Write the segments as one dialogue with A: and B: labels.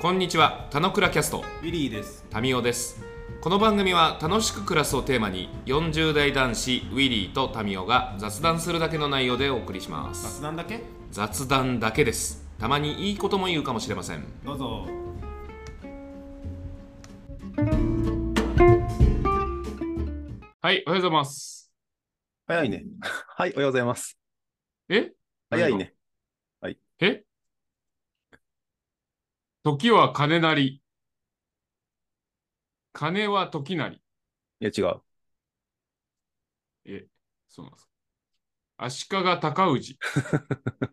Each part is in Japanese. A: こんにちは、たのくらキャスト、
B: ウィリーです。
A: タミオです。この番組は楽しく暮らすをテーマに、40代男子ウィリーとタミオが雑談するだけの内容でお送りします。
B: 雑談だけ
A: 雑談だけです。たまにいいことも言うかもしれません。
B: どうぞ。
A: はい、おはようございます。
C: 早いね。 はい、おはようございます。
A: え
C: 早いね。
A: え時は金なり。金は時なり。
C: いや、違う。
A: え、そうなんですか。足利尊氏、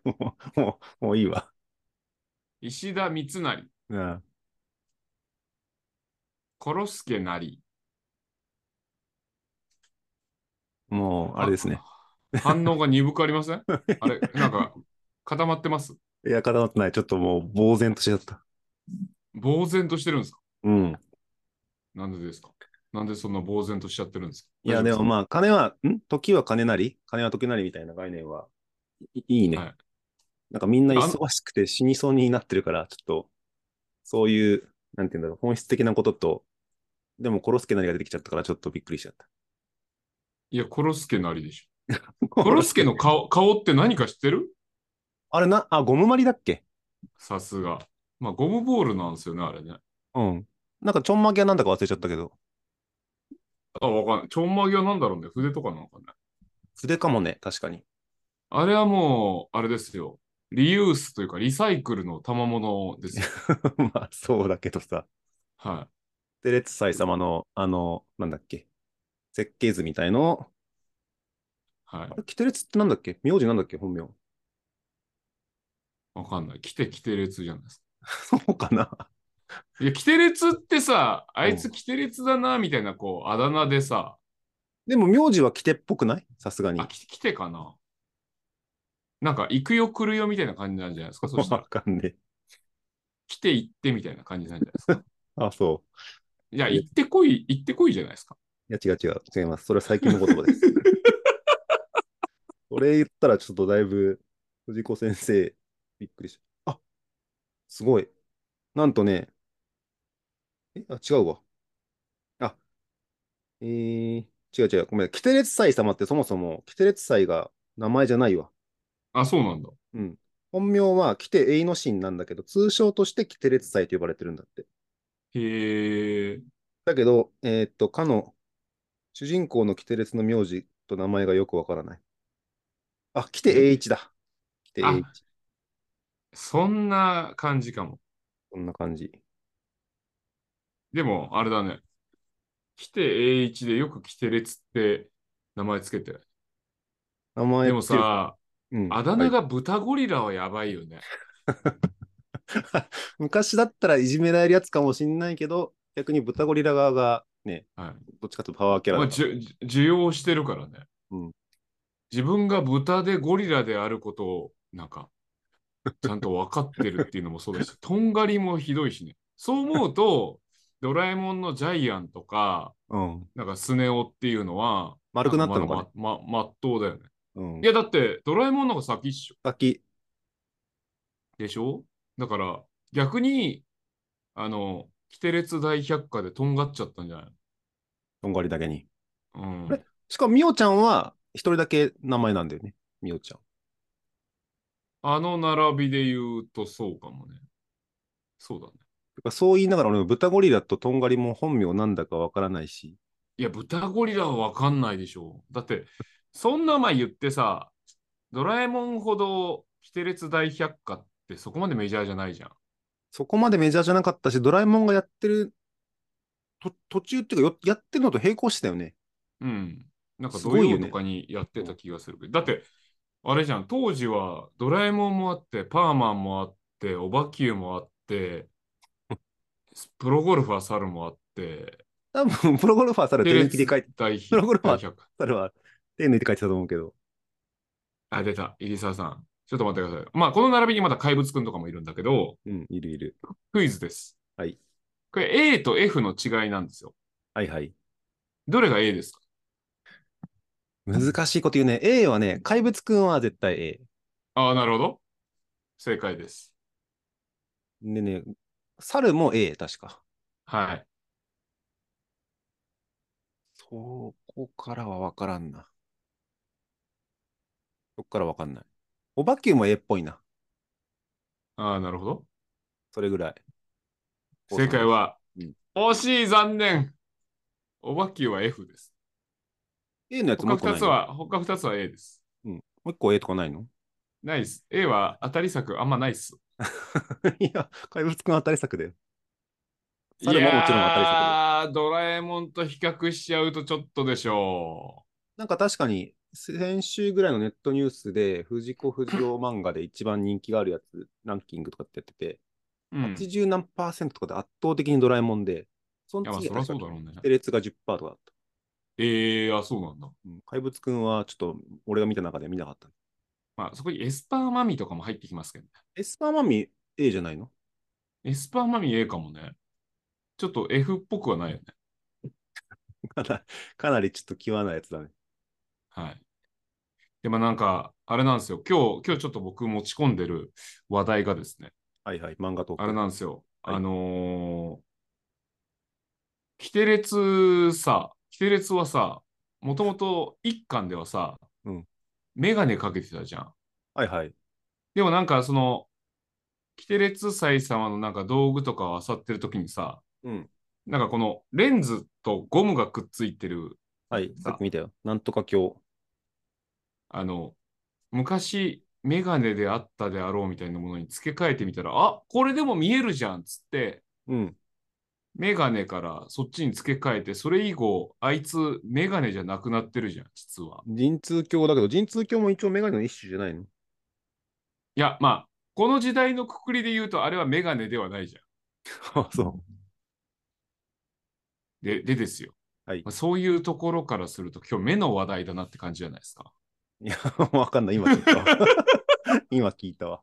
C: もう、 もう、もういいわ。
A: 石田三成、
C: うん。
A: コロスケなり。
C: もう、あれですね。
A: 反応が鈍くありませんあれ、なんか固まってます
C: いや、固まってない。ちょっともう、呆然としちゃった。
A: 呆然としてるんですか
C: うん。
A: なんでですかなんでそんな呆然としちゃってるんですか
C: いや、でも
A: あ。
C: まあ、金は、ん時は金なり金は時なりみたいな概念は、いいいね、
A: はい
C: なんかみんな忙しくて死にそうになってるから、ちょっと、そういう、なんていうんだろう、本質的なことと、でも、コロスケなりが出てきちゃったから、ちょっとびっくりしちゃった。
A: いや、コロスケなりでしょ。コロスケの 顔顔って何か知ってる
C: あれな、あ、ゴムまりだっけ
A: さすが。まあ、ゴムボールなんですよね、あれね。
C: うん。なんか、ちょんまげはなんだか忘れちゃったけど、
A: あ、わかんない。ちょんまげは何だろうね。筆とかなのかね。
C: 筆かもね、確かに。
A: あれはもう、あれですよ。リユースというか、リサイクルの賜物です よ。
C: まあ、そうだけどさ。
A: は
C: テレッツ祭様の、あの、なんだっけ、設計図みたいの、
A: い。はい
C: あ。れ、キテレツってなんだっけ名字なんだっけ本名。
A: わかんない。来て来て列じゃないですか。
C: そうかない
A: や、キテレツってさ、あいうつ
C: ん
A: キテレツだな、みたいな、こう、あだ名でさ、
C: でも名字はキテっぽくないさすがに
A: あ、。きキテかななんか、行くよ来るよみたいな感じなんじゃないですかそした
C: わ
A: ら、
C: かんねえ。
A: 来て行ってみたいな感じなんじゃないで すか
C: あ、そ
A: いや、行ってこい、行ってこいじゃないですか。
C: う。いや、違う違う。違います。それは最近の言葉です。それ言ったらちょっとだいぶ、藤子先生、びっくりした。あ、すごい。なんとね、え、あ、違うわ。あ、えー、違う違う。ごめん。キテレツ祭様ってそもそも、キテレツ祭が名前じゃないわ。
A: あ、そうなんだ。
C: うん。本名はキテエイノシンなんだけど、通称としてキテレツ祭と呼ばれてるんだって。
A: へえ。
C: だけど、えーっと、かの、主人公のキテレツの名字と名前がよくわからない。あ、キテ栄一だ。キテ栄一
A: あ。そんな感じかも。
C: こんな感じ。
A: でも、あれだね。来て栄一でよくキテレツって名前つけて。
C: 名前
A: でもさ、
C: っていう、うん
A: あだ名
C: は
A: が豚ゴリラはやばいよね。
C: い昔だったらいじめられるやつかもしんないけど、逆に豚ゴリラ側がね、
A: はい。
C: どっちかというとパワーキャラ
A: まあ、
C: だから
A: じゅ需要してるからね、
C: うん
A: 自分が豚でゴリラであることを、なんか、ちゃんと分かってるっていうのもそうだ し、とんがりもひどいしね。そう思うと、ドラえもんのジャイアンとか、
C: うん。
A: なんかスネ夫っていうのは、
C: 丸くなったのか
A: なん
C: ね
A: か。まだま、ま、まっとうだよね。
C: うん
A: い。や、だって、ドラえもんの方が先っしょ。
C: 先、
A: でしょだから、逆に、あの、キテレツ大百科でとんがっちゃったんじゃない
C: とんがりだけに。
A: うん
C: あ。れしかも、みおちゃんは一人だけ名前なんだよね。みおちゃん。
A: あの並びで言うとそうかもね。そうだね。
C: てかそう言いながら、俺も豚ゴリラととんがりも本名なんだかわからないし。
A: いや、豚ゴリラはわかんないでしょう。だって、そんな前言ってさ、ドラえもんほど、キテレツ大百科ってそこまでメジャーじゃないじゃん。
C: そこまでメジャーじゃなかったし、ドラえもんがやってる、と途中っていうかよ、やってるのと並行してたよね。
A: うん。なんか
C: す
A: 土
C: ごい
A: 曜
C: よね
A: とかにやってた気がするけど。だって、あれじゃん、当時はドラえもんもあって、パーマンもあって、オバキューもあ って、プロゴルファー猿もあって、
C: 多分、プロゴルファーされ
A: キ
C: 手
A: テレ
C: 抜き
A: ツ
C: で書いて、
A: 大百
C: プロゴルファー
A: 大百科
C: たら手抜いて書いてたと思うけど。
A: あ、出た。入澤さん。ちょっと待ってください。まあ、この並びにまた怪物くんとかもいるんだけど、
C: うん、いるいる。
A: クイズです。
C: はい。
A: これ A と F の違いなんですよ。
C: はいはい。
A: どれが A ですか
C: 難しいこと言うね。A はね、怪物くんは絶対 A。
A: ああ、なるほど。正解です。
C: でね、猿も A、確か。
A: はい。
C: そこからはわからんな。そこからわかんない。お化けも A っぽいな。
A: ああ、なるほど。
C: それぐらい。
A: 正解。は
C: うん、
A: 惜しい、残念。おばきゅうは F です。
C: A のやつもう
A: 他
C: 一個な
A: 2
C: い
A: つ
C: の
A: は、他2つは A です。
C: もう一個 A とかないの
A: ないっす。A は当たり策あんまないっす。
C: いや、怪物くん当たり策だよ。
A: い
C: 猿ももちろん当たり策だよ。
A: やー、ドラえもんと比較しちゃうとちょっとでしょ
C: なんか確かに、先週ぐらいのネットニュースで、藤子不二雄漫画で一番人気があるやつ、ランキングとかってやってて、
A: う。うん。
C: 80何パーセントとかで圧倒的にドラえもんで、そ
A: いや、ま
C: の
A: あ、
C: 次
A: そ
C: が
A: りゃ
C: 確
A: そ
C: か
A: うだろうね。
C: テレツが10%とかだった。
A: ええー、あ、そうなんだ。
C: うん怪物くんはちょっと俺が見た中では見なかった。
A: まあ、そこにエスパーマミとかも入ってきますけどね。
C: エスパーマミ A じゃないの
A: エスパーマミ A かもね。ちょっと F っぽくはないよね。
C: かなかなりちょっと際なやつだね。
A: はい。でもなんか、あれなんですよ。今日、今日ちょっと僕持ち込んでる話題がですね。
C: はいはい、漫画トーク。
A: あれなんですよ。
C: はい
A: あのー、キテレツさ、キテレツはさ、もともと一巻ではさ、
C: うん
A: メガネかけてたじゃん。
C: はいはい。
A: でもなんかその、キテレツ祭様のなんか道具とかを漁ってる時にさ、
C: うん。
A: なんかこのレンズとゴムがくっついてる、
C: はい、さ
A: さ
C: っき見たよ。なんとか今日。
A: あの、昔、メガネであったであろうみたいなものに付け替えてみたら、あこれでも見えるじゃんっつって、
C: うん。
A: メガネからそっちに付け替えて、それ以後、あいつメガネじゃなくなってるじゃん、実は。
C: 神通教だけど、神通教も一応メガネの一種じ ゃないの
A: いや、まあ、この時代のくくりで言うと、あれはメガネではないじゃん。
C: あ、そ
A: で、でですよ。
C: はい
A: まあそういうところからすると、今日目の話題だなって感じじゃないですか。
C: う。いや、 わかんない。今聞 いたわ。今聞いたわ。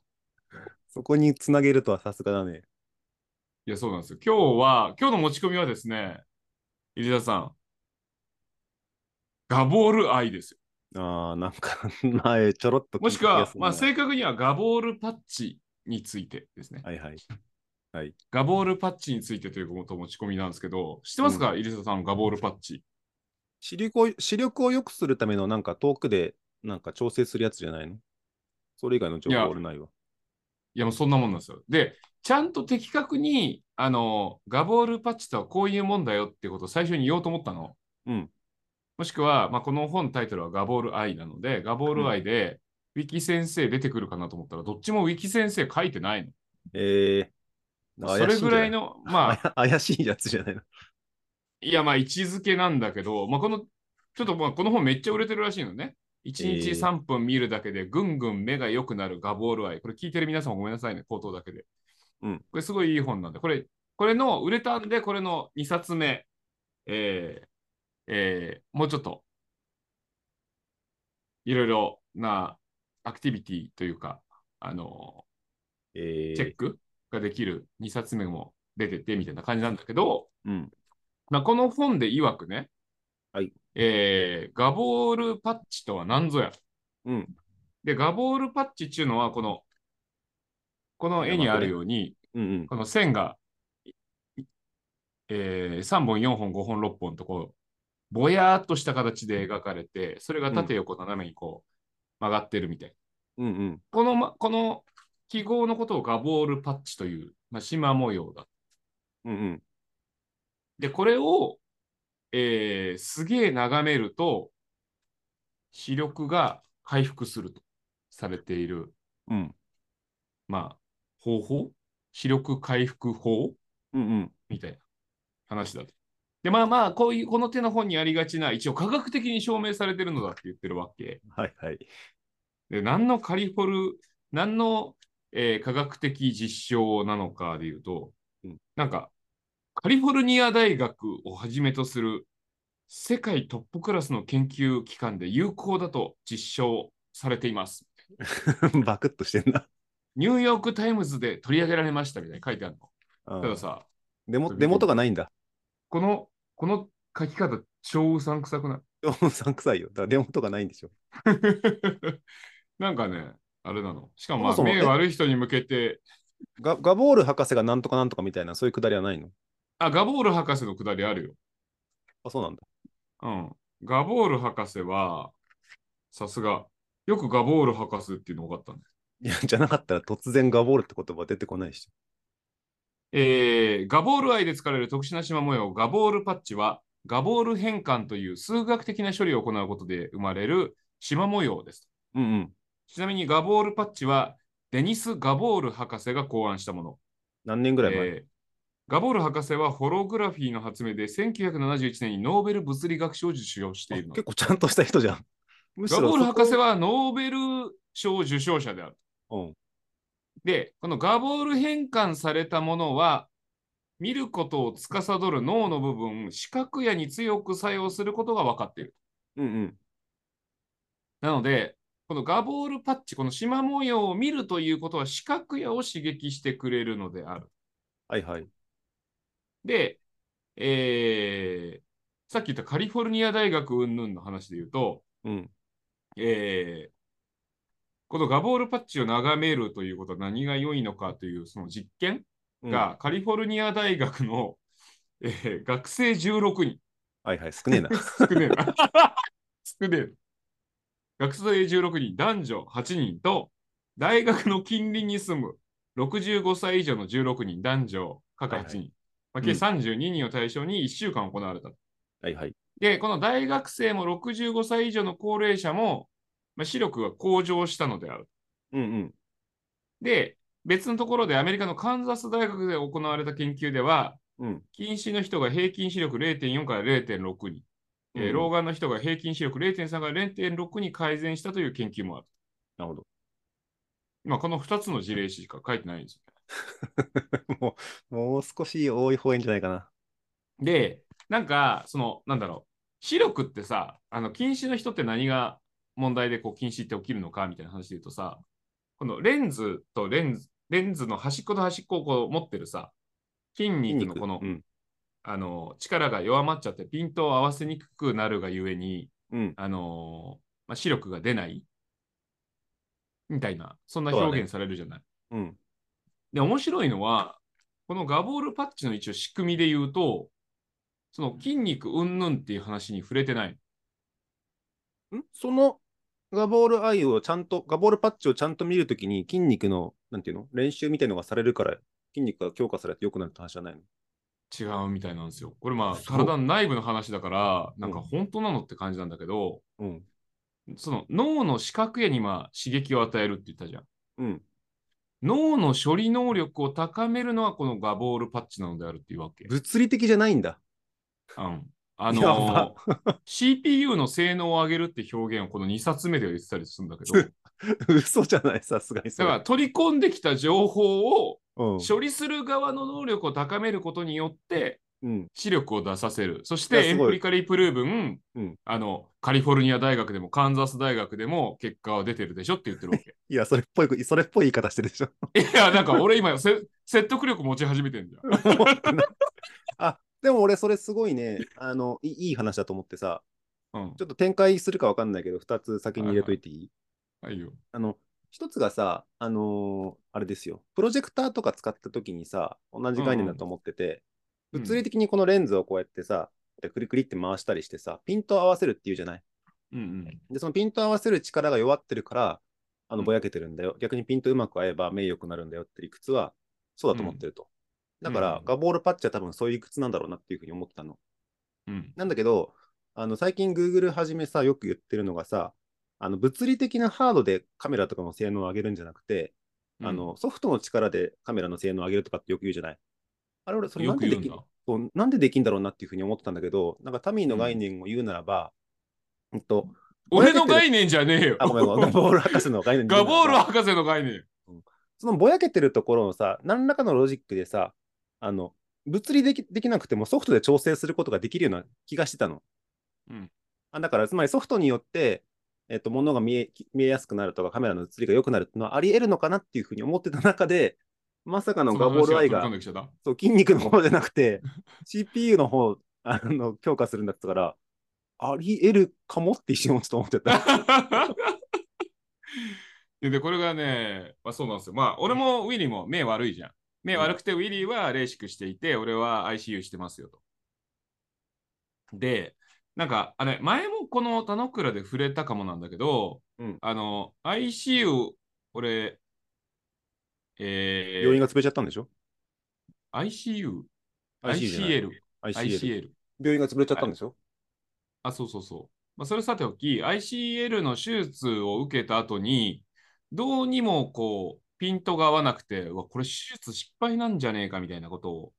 C: そこにつなげるとはさすがだね。
A: いや、そうなんですよ。今日は、今日の持ち込みはですね、入田さん、ガボール愛ですよ。
C: ああ、なんか 前、ちょろっと聞
A: も
C: い
A: したく
C: 気が
A: は
C: す、るな
A: まあ、正確にはガボールパッチについてですね。
C: はいはい。
A: ガボールパッチについてということを持ち込みなんですけど、知ってますか、入田さん、ガボールパッチ。
C: 視力を、視力を良くするためのなんか遠くでなんか調整するやつじゃないのそれ以外の情
A: いや
C: 報俺ないわ。
A: いや、もうそんなもんなんですよ。で、ちゃんと的確に、あの、ガボールパッチとはこういうもんだよってことを最初に言おうと思ったの。
C: うん。
A: もしくは、まあ、この本のタイトルはガボール愛なので、ガボール愛で、ウィキ先生出てくるかなと思ったら、どっちもウィキ先生書いてない
C: えー、
A: の。それぐらい
C: の、
A: の、 まあ、
C: あや怪しいやつじゃないの。
A: いや、まあ、位置づけなんだけど、まあ、この、ちょっとまあ、この本めっちゃ売れてるらしいのね。1日
C: えー
A: 3分見るだけで、ぐんぐん目が良くなるガボール愛。これ聞いてる皆さんもごめんなさいね、口頭だけで。
C: うん
A: これすごいいい本なんで、これ、これの、売れたんで、これの2冊目、えーえーもうちょっと、いろいろなアクティビティというか、あの
C: え
A: チェ
C: ー
A: ッ、クができる2冊目も出てて、みたいな感じなんだけど、
C: うん。
A: まあ、この本で曰くね、
C: はい
A: えーガボールパッチとは何ぞや。
C: うん。
A: で、ガボールパッチっていうのは、この、この絵にあるように、
C: うんうん。
A: この線が、えー、3本、4本、5本、6本とこう、ぼやーっとした形で描かれて、それが縦横斜めにこう、曲がってるみたいな。
C: うんうん。
A: この、ま、この記号のことをガボールパッチという、まあ、縞模様だ
C: うんうん。
A: で、これを、えーすげえ眺めると、視力が回復するとされている、
C: うん
A: まあ、方法視力回復法
C: うんうん。
A: みたいな話だと。で、まあまあ、こういう、この手の本にありがちな、一応科学的に証明されてるのだって言ってるわけ。
C: はいはい。
A: で、何のカリフォル、何の、えー科学的実証なのかでいうと、
C: うん
A: なんか、カリフォルニア大学をはじめとする世界トップクラスの研究機関で有効だと実証されています。
C: バクッとしてんな。
A: ニューヨークタイムズで取り上げられましたみたいに書いてあるの。たださ、
C: デモ、デモとかないんだ。
A: この、この書き方、超うさんくさくない
C: うさんくさいよ。だからデモとかないんでしょ。
A: なんかね、あれなの。しかも、まあ、
C: そもそも
A: 目悪い人に向けて
C: ガガボール博士がなんとかなんとかみたいな、そういうくだりはないの
A: あ、ガボール博士のくだりあるよ。
C: あ、そうなんだ。
A: うん。ガボール博士は、さすが。よくガボール博士っていうの分かったね。
C: いや、じゃなかったら突然ガボールって言葉出てこないし。
A: えーガボール愛で使われる特殊な縞模様、ガボールパッチは、ガボール変換という数学的な処理を行うことで生まれる縞模様です。
C: うんうん。
A: ちなみにガボールパッチは、デニス・ガボール博士が考案したもの。
C: 何年ぐらい前、
A: えーガボール博士はホログラフィーの発明で1971年にノーベル物理学賞を受賞している
C: あ
A: の
C: 結。構ちゃんとした人じゃん。むし
A: ガ
C: ろ
A: ボール
C: そこ
A: 博士はノーベル賞受賞者である。
C: うん、
A: で、このガボール変換されたものは、見ることを司る脳の部分、視覚野に強く作用することが分かっている。
C: うんうん。
A: なので、このガボールパッチ、この縞模様を見るということは視覚野を刺激してくれるのである。
C: はいはい。
A: で、えーさっき言ったカリフォルニア大学云々の話で言うと、
C: うん。
A: えーこのガボールパッチを眺めるということは何が良いのかというその実験
C: うん、
A: が、カリフォルニア大学の、えー学生16人。
C: はいはい、少ねえな。
A: 少ねえな。少ねえな。学生16人、男女8人と、大学の近隣に住む65歳以上の16人、男女各8人、
C: はい
A: まあ計32人を対象に1週間行われた。
C: はいはい。
A: で、この大学生も65歳以上の高齢者も、まあ、視力が向上したのである。
C: うんうん。
A: で、別のところでアメリカのカンザス大学で行われた研究では、
C: うん。
A: 近視の人が平均視力0.4から0.6に、えー
C: うん
A: 老眼の人が平均視力0.3から0.6に改善したという研究もある。
C: なるほど。
A: まあ、この2つの事例しか書いてないんですよ。
C: もう、もう少し多い方がいいんじゃないかな。
A: で、なんか、その、なんだろう、視力ってさ、あの近視の人って何が問題でこう近視って起きるのかみたいな話で言うとさ、このレンズとレンズ、レンズの端っこと端っこをこう持ってるさ、筋肉のこの、
C: うん。
A: あの力が弱まっちゃって、ピントを合わせにくくなるがゆえに、
C: うん。
A: あのーまあ、視力が出ないみたいな、そんな表現されるじゃない。
C: うん。
A: で、面白いのは、このガボールパッチの一応仕組みで言うと、その筋肉うんぬんっていう話に触れてない。
C: んそのガボールアイをちゃんと、ガボールパッチをちゃんと見るときに筋肉の、なんていうの練習みたいのがされるから、筋肉が強化されて良くなるって話じゃないの
A: 違うみたいなんですよ。これまあ
C: そう
A: 体の内部の話だから、なんか
C: うん
A: 本当なのって感じなんだけど、
C: うん。
A: その脳の視覚野にまあ刺激を与えるって言ったじゃん。
C: うん。
A: 脳の処理能力を高めるのはこのガボールパッチなのであるっていうわけ。
C: 物理的じゃないんだ。
A: うんあ
C: や
A: の
C: ば
A: ー CPU の性能を上げるって表現をこの2冊目では言ってたりするんだけど、 だ
C: 嘘じゃない、さすがにそ
A: か
C: れ。
A: ら取り込んできた情報を
C: うん。
A: 処理する側の能力を高めることによって
C: うん。
A: 視力を出させる。そし
C: いや
A: てエ
C: す
A: ン
C: ごい
A: プリカリープルーブン、
C: うん
A: あの、カリフォルニア大学でもカンザス大学でも結果は出てるでしょって言ってるわけ。
C: いや、それっぽい、それっぽい言い方してるでしょ。
A: いや、なんか俺今せ説得力持ち始めてんじゃん。
C: あ、でも俺、それすごいね、あの、いいいい話だと思ってさ、
A: うん
C: ちょっと展開するかわかんないけど、2つ先に入れといていい、
A: はいよ。
C: あの、一つがさ、あのーあれですよ、プロジェクターとか使った時にさ、同じ概念だと思ってて、
A: うんうん
C: 物理的にこのレンズをこうやってさ、でクリクリって回したりしてさ、ピントを合わせるっていうじゃない。
A: うんうん。
C: で、そのピントを合わせる力が弱ってるから、あ
A: う
C: の
A: ん
C: ぼやけてるんだよ。逆にピントうまく合えば目良くなるんだよって理屈は、そうだと思ってると。
A: うん
C: だから、
A: うん
C: ガボールパッチは多分そういう理屈なんだろうなっていうふうに思ってたの。
A: うん。
C: なんだけど、あの最近 Google はじめさ、よく言ってるのがさ、あの物理的なハードでカメラとかの性能を上げるんじゃなくて、あのソフトの力でカメラの性能を上げるとかってよく言うじゃない。あれ、俺、それな
A: よ
C: ん
A: く
C: で
A: 言
C: で
A: うん
C: き
A: だ。
C: そうなんでできんだろうなっていうふうに思ってたんだけど、なんかタミーの概念を言うならば、うんと、
A: 俺の概念じゃねえよ。
C: あ、ごめんご めん、ガボール博士の概念を言
A: ガ
C: うなら
A: ボ
C: ば
A: ール博士の概念。
C: そのぼやけてるところのさ、何らかのロジックでさ、あの物理できできなくてもソフトで調整することができるような気がしてたの。
A: うん
C: あだから、つまりソフトによって、えっと、物が見え見えやすくなるとか、カメラの映りが良くなるっていうのはあり得るのかなっていうふうに思ってた中で、まさかのガボールアイ
A: その話が飛び込
C: が
A: んできちゃった
C: そう筋肉の方じゃな くて、CPU の方あの強化するんだったから、 あり得るかもって一瞬ちょっと思っちゃった。
A: で、でこれがね、まあ、そうなんですよ。まあ、俺もウィリーも目悪いじゃん。目悪くて、ウィリーはレーシックしていて、俺は ICU してますよと。で、なんか、あれ、前もこの田之倉で触れたかもなんだけど、
C: うん
A: あの、ICU、俺、え
C: 病院が潰れちゃったんでしょ
A: ー、ICU、
C: ?ICU じゃない
A: ICL、
C: ICL。
A: ICL。
C: 病院が潰れちゃったんでしょ
A: あ、そうそうそう。まあ、それさておき、ICL の手術を受けた後に、どうにもこう、ピントが合わなくて、うわ、これ手術失敗なんじゃねえかみたいなことを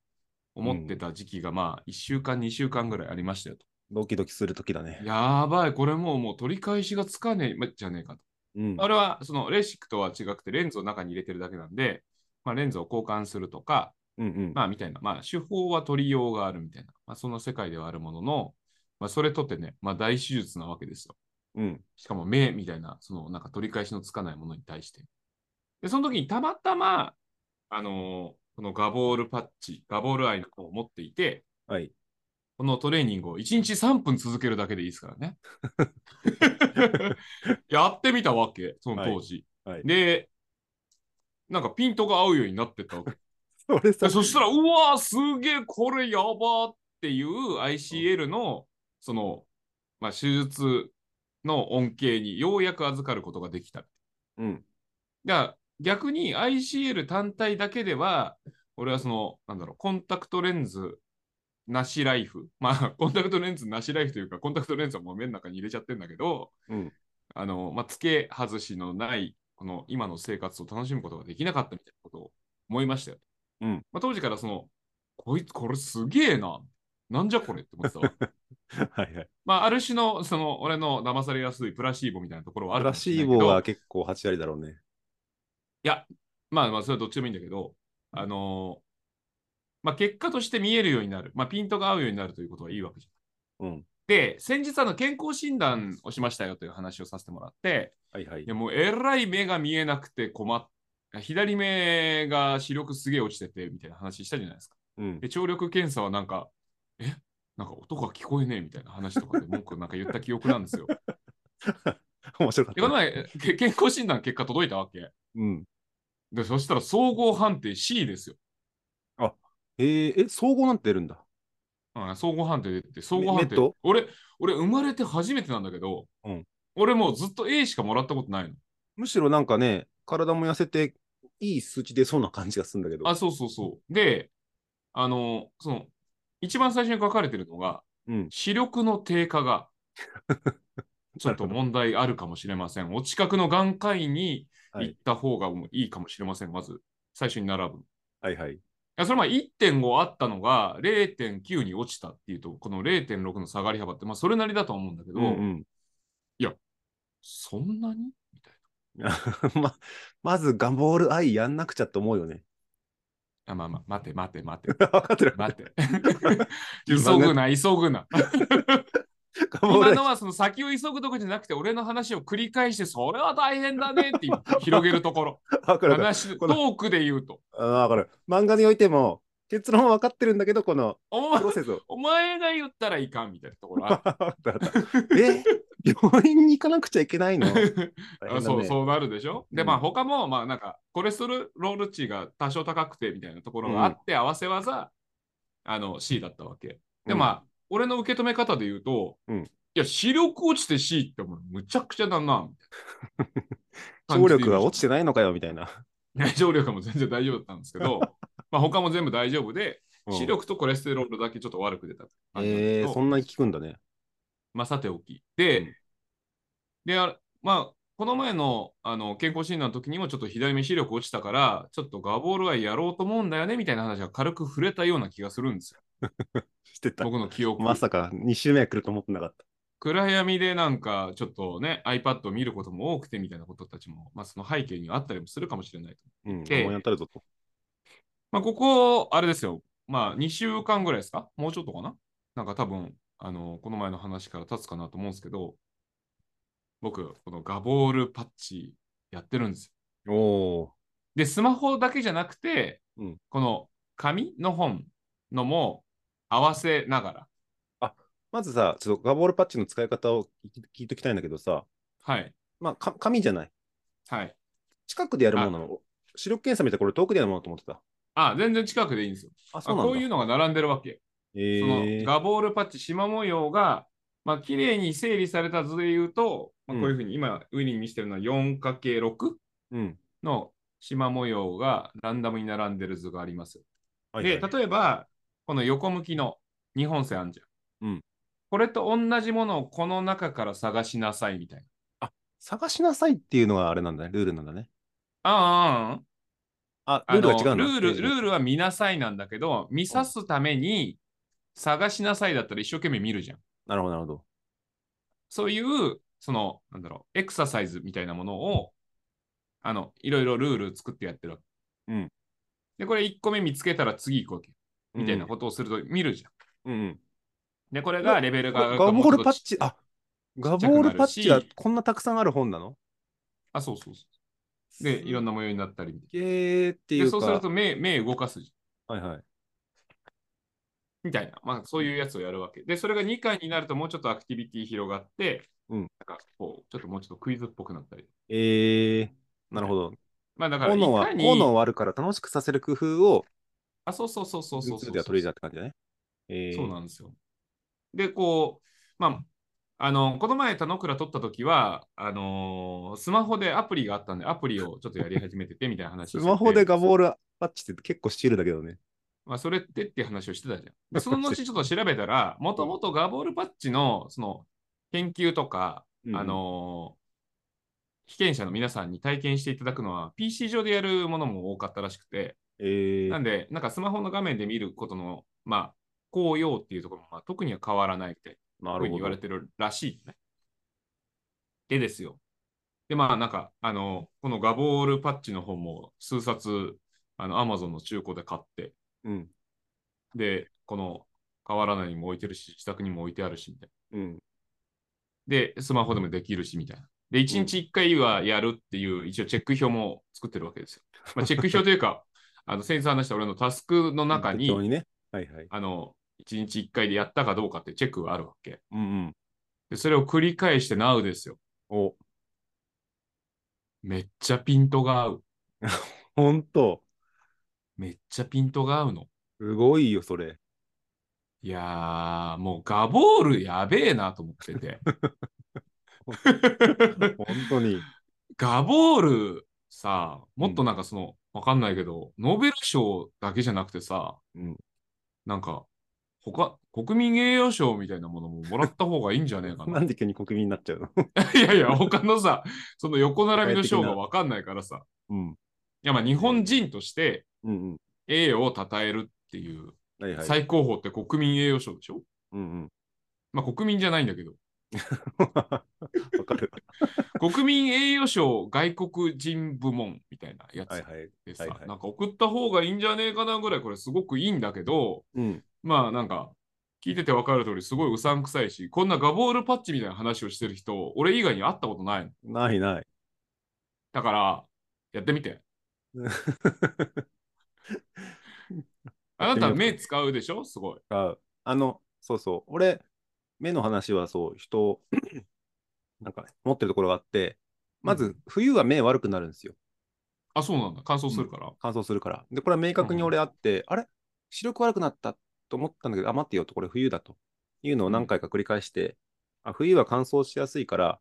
A: 思ってた時期が、まあ、1週間、2週間ぐらいありましたよと。
C: ドキドキする時だね。
A: やばい、これもう、もう取り返しがつかねえ、まじゃねえかと。
C: うん。
A: あれは、そのレーシックとは違くて、レンズを中に入れてるだけなんで、まあ、レンズを交換するとか、
C: うんうん。
A: まあみたいな、まあ手法は取りようがあるみたいな、まあその世界ではあるものの、まあそれとってね、まあ大手術なわけですよ。
C: うん。
A: しかも目みたいな、そのなんか取り返しのつかないものに対して。で、その時にたまたま、あのーこのガボールパッチ、ガボールアイの方を持っていて、
C: はい。
A: このトレーニングを1日3分続けるだけでいいですから ね。やってみたわけ、その当時。
C: はいはい
A: で、なんかピントが合うようになってったわけ。
C: それ
A: で
C: さ、
A: そしたら、うわー、すげえ、これやばーっていう ICL の、その、まあ、手術の恩恵にようやく預かることができた。
C: うん。
A: だから逆に ICL 単体だけでは、俺はその、なんだろう、コンタクトレンズなしライフ。まあ、 コンタクトレンズなしライフというか、コンタクトレンズはもう目の中に入れちゃってるんだけど、
C: うん
A: あの、まあ、付け外しのない、この今の生活を楽しむことができなかったみたいなことを思いましたよ。
C: うん
A: まあ、当時からその、こいつ、これすげえな。なんじゃこれって思って たわ。
C: はいはい。
A: まあ、ある種の、その、俺の騙されやすいプラシーボみたいなところはある
C: プ
A: か
C: ラ
A: もし
C: シ
A: れない
C: ー
A: けど
C: ボは結構8割だろうね。
A: いや、まあまあ、それはどっちでもいいんだけど、あのーまあ結果として見えるようになる、まあピントが合うようになるということはいいわけじゃん。
C: うん
A: で、先日あの健康診断をしましたよという話をさせてもらって、
C: はいはい
A: いや。もうえらい目が見えなくて困っ左目が視力すげえ落ちててみたいな話したじゃないですか。
C: うん。
A: で、聴力検査はなんか、えなんか音が聞こえねえみたいな話とかで文句なんか言った記憶なんですよ。
C: 面白かっ
A: でこ
C: た
A: の
C: ね。
A: 前、け健康診断結果届いたわけ。
C: うん。
A: で、そしたら総合判定 C ですよ。
C: えー、え、総合なんて出るんだ。
A: うん、総合判定出て、総合判
C: メ
A: 定
C: ット。
A: 俺、俺、生まれて初めてなんだけど、
C: うん
A: 俺もうずっと A しかもらったことないの。
C: むしろなんかね、体も痩せて、いい数値出そうな感じがするんだけど。
A: あ、そうそうそう。で、あの、その、一番最初に書かれてるのが、
C: うん。
A: 視力の低下 が、ちょっと問題あるかもしれません。お近くの眼科医に
C: は
A: 行
C: い
A: った方がもういいかもしれません。まず、最初に並ぶ。い
C: はいはい。
A: やそれまあ1.5あったのが0.9に落ちたっていうと、この0.6の下がり幅って、まあそれなりだと思うんだけど、
C: うん
A: そんなにみたいな。
C: うん。 ま、まずガボールアイやんなくちゃと思うよね。
A: あ、まあまあ、待て待て待て。
C: 分かってる。
A: 待て。急
C: 順番が
A: ぐな、急ぐ な。
C: ガボール
A: 今
C: アイ
A: のはその先を急ぐとこじゃなくて、俺の話を繰り返して、それは大変だねって今広げるとこ ろ。
C: わかるわかる。
A: 話、トークで言うと。
C: あわかる。漫画においても、結論は分かってるんだけど、この
A: お
C: プ
A: 前
C: ロセスを。
A: お前が言ったらいかんみたいなところある。
C: わかったわかった え、病院に行かなくちゃいけないの大変だ
A: あ
C: ね
A: そうそうなるでしょ、で、ま
C: う
A: あ
C: ん
A: 他も、まあなんか、コレステロール値が多少高くてみたいなところがあって、合わせ技、あの C だったわけ。で、まあ、俺の受け止め方で言うと、
C: うん
A: いや、視力落ちて C って、むちゃくちゃだな、み たいな。
C: 聴力が落ちて
A: ない。
C: ないのかよ、みたいな。
A: 聴力も全然大丈夫だったんですけ ど、まあ他も全部大丈夫で、
C: うん
A: 視力とコレステロールだけちょっと悪く出た感じなんですけ
C: え
A: ど。
C: ー、そんなに効くんだね。
A: まあ、さておき。で、
C: うん
A: で、あまあ、この前のあの健康診断の時にもちょっと左目視力落ちたから、ちょっとガボールアイやろうと思うんだよねみたいな話が軽く触れたような気がするんです よ。
C: してた。
A: 僕の記憶。
C: まさか2週目が来ると思ってなかっ
A: 暗闇でなんかちょっとね、iPad を見ることも多くてみたいなことたちも、まあ、その背景にはあったりもするかもしれないと。
C: た。うん、
A: ええ
C: 思い当たるぞと。
A: まあ、ここ、あれですよ。まあ、2週間ぐらいですかもうちょっとかななんか多分、あの、この前の話から立つかなと思うんですけど、僕、このガボールパッチやってるんですよ。
C: おー
A: で、スマホだけじゃなくて、
C: うん
A: この紙の本のも合わせながら、
C: まずさ、ちょっとガボールパッチの使い方を聞い聞いておきたいんだけどさ、
A: はい、
C: まあ、か紙じゃない。
A: はい、
C: 近くでやるものなの視力検査みたいなこれ遠くでやるものだと思ってた。
A: あ、全然近くでいいんですよ。
C: あ、そ
A: あ
C: うなんだ。
A: こういうのが並んでるわけ。そ
C: え
A: の
C: ー、
A: ガボールパッチ、縞模様が、まあ綺麗に整理された図で言うと、まあ、こういうふうに今、ウィリーに見せてるのは 4×6
C: うん。
A: の縞模様がランダムに並んでる図があります。
C: はい
A: で、
C: はい
A: 例えば、この横向きの日本線あんじゃん。
C: うん
A: これと同じものをこの中から探しなさいみたいな。
C: 探しなさいっていうのがあれなんだね。ルールなんだね。
A: ああああ、
C: あ、
A: あ
C: ルール
A: の
C: が違うんだ。
A: ルール、ルー
C: ル。
A: ルは見なさいなんだけど、見さすために探しなさいだったら一生懸命見るじゃん。
C: なるほど、なるほど。
A: そういう、その、なんだろう、エクササイズみたいなものを、あの、いろいろルール作ってやってるわけ。
C: うん
A: で、これ1個目見つけたら次行くわけ。みたいな
C: こ
A: ことをすると見るじゃん。
C: と。うんうん。
A: で、これがレベルが上がると
C: ガ
A: もう
C: ボー
A: ちょ
C: ル
A: っと
C: パッチ、あ、ガボールパッチ
A: ちっちゃくな
C: が
A: るし
C: こんなたくさんある本なの
A: あ、そうそうそう。で、いろん
C: な。
A: な模様になったりみたい
C: えーって
A: な
C: い
A: で、
C: うか。
A: そうすると目、目動かすじゃん。
C: はいはい。
A: みたいな。まあ、そういうやつをやるわけ。で、それが2回になるともうちょっとアクティビティ広がって、
C: うん
A: なんかこう、ちょっともうちょっとクイズっぽくなったり。
C: えー、なるほど。
A: まあ、だから、い
C: 炎は、
A: かに、
C: 炎はあるから楽しくさせる工夫を、
A: あ、そうそうそうそうそう
C: ルー
A: そ
C: ル
A: う
C: では取り入れたって感じだね。えー、
A: そうなんですよ。で、こう、まあ、あの、この前、田之倉取った時は、あのースマホでアプリがあったんで、アプリをちょっとやり始めててみたいな話
C: ス
A: をしてて
C: マホでガボールパッチって結構シチールだけどね。
A: まあ、それってっていう話をしてた じゃん。で、その後ちょっと調べたら、もともとガボールパッチの、その、研究とか、あのー被験者の皆さんに体験していただくのは PC 上でやるものも多かったらしくて、
C: えー、
A: なんで、なんかスマホの画面で見ることの、まあ、効用っていうところも、まあ、特には変わらないみたい
C: な
A: なふう
C: る
A: に
C: ほ
A: 言わ
C: ど
A: れ。てるらしい、ね。でですよ。で、まあ、なんか、あの、このガボールパッチの本も数冊、あの、アマゾンの中古で買って、
C: うん。
A: で、この、変わらないにも置いてるし、自宅にも置いてあるし、みたいな。
C: うん。
A: で、スマホでもできるし、みたいな。で、1日1回はやるっていう、一応チェック表も作ってるわけですよ。まあ、チェック表という か、あの、先生話した俺のタスクの中に
C: 適、当にね。はいはい。
A: あの、1日1回でやったかどうかってチェックがあるわけ。
C: うんうん。
A: で、それを繰り返して Now ですよ。
C: お、
A: めっちゃピントが合う。
C: ほんと。
A: めっちゃピントが合うの。
C: すごいよ、そ れ。
A: いやー、もうガボールやべえなと思って て。
C: 本当に。
A: ガボールさ、もっとなんかその、わかんないけど、ノーベル賞だけじゃなくてさ、
C: うん。
A: なんか、他、国民栄誉賞みたいなものももらった方がいいんじゃ ねえか
C: な
A: な。
C: んで急に国民になっちゃうの
A: いやいや、他のさ、その横並びの賞がわかんないからさ。
C: うん。
A: いや、まあ日本人として
C: うん
A: 栄誉を称えるっていう、
C: うん。はいはい。
A: 最高峰って国民栄誉賞でしょ
C: うん
A: まあ国民じゃないんだけど、
C: うん。わかる。
A: 国民栄誉賞外国人部門みたいなやつ
C: はいはい。
A: でさ、
C: はいはい
A: なんか送った方がいいんじゃねえかなぐらいこれすごくいいんだけど、
C: うん。
A: まあなんか聞いてて分かる通りすごいうさんくさいしこんなガボールパッチみたいな話をしてる人俺以外に会ったことないの
C: ないない。
A: だからやってみてあなた目使うでしょすごい
C: ああの、そうそう。俺、目の話はそう、人をなんか持ってるところがあって、ま
A: う
C: ず
A: ん
C: 冬は目悪くなるんですよ。
A: あそうなんだ乾燥するから、
C: 乾燥するから。で、これは明確に俺あって、あれ視力悪くなったと思ったんだけど、あ、待ってよと、これ冬だというのを何回か繰り返して、あ冬は乾燥しやすいから、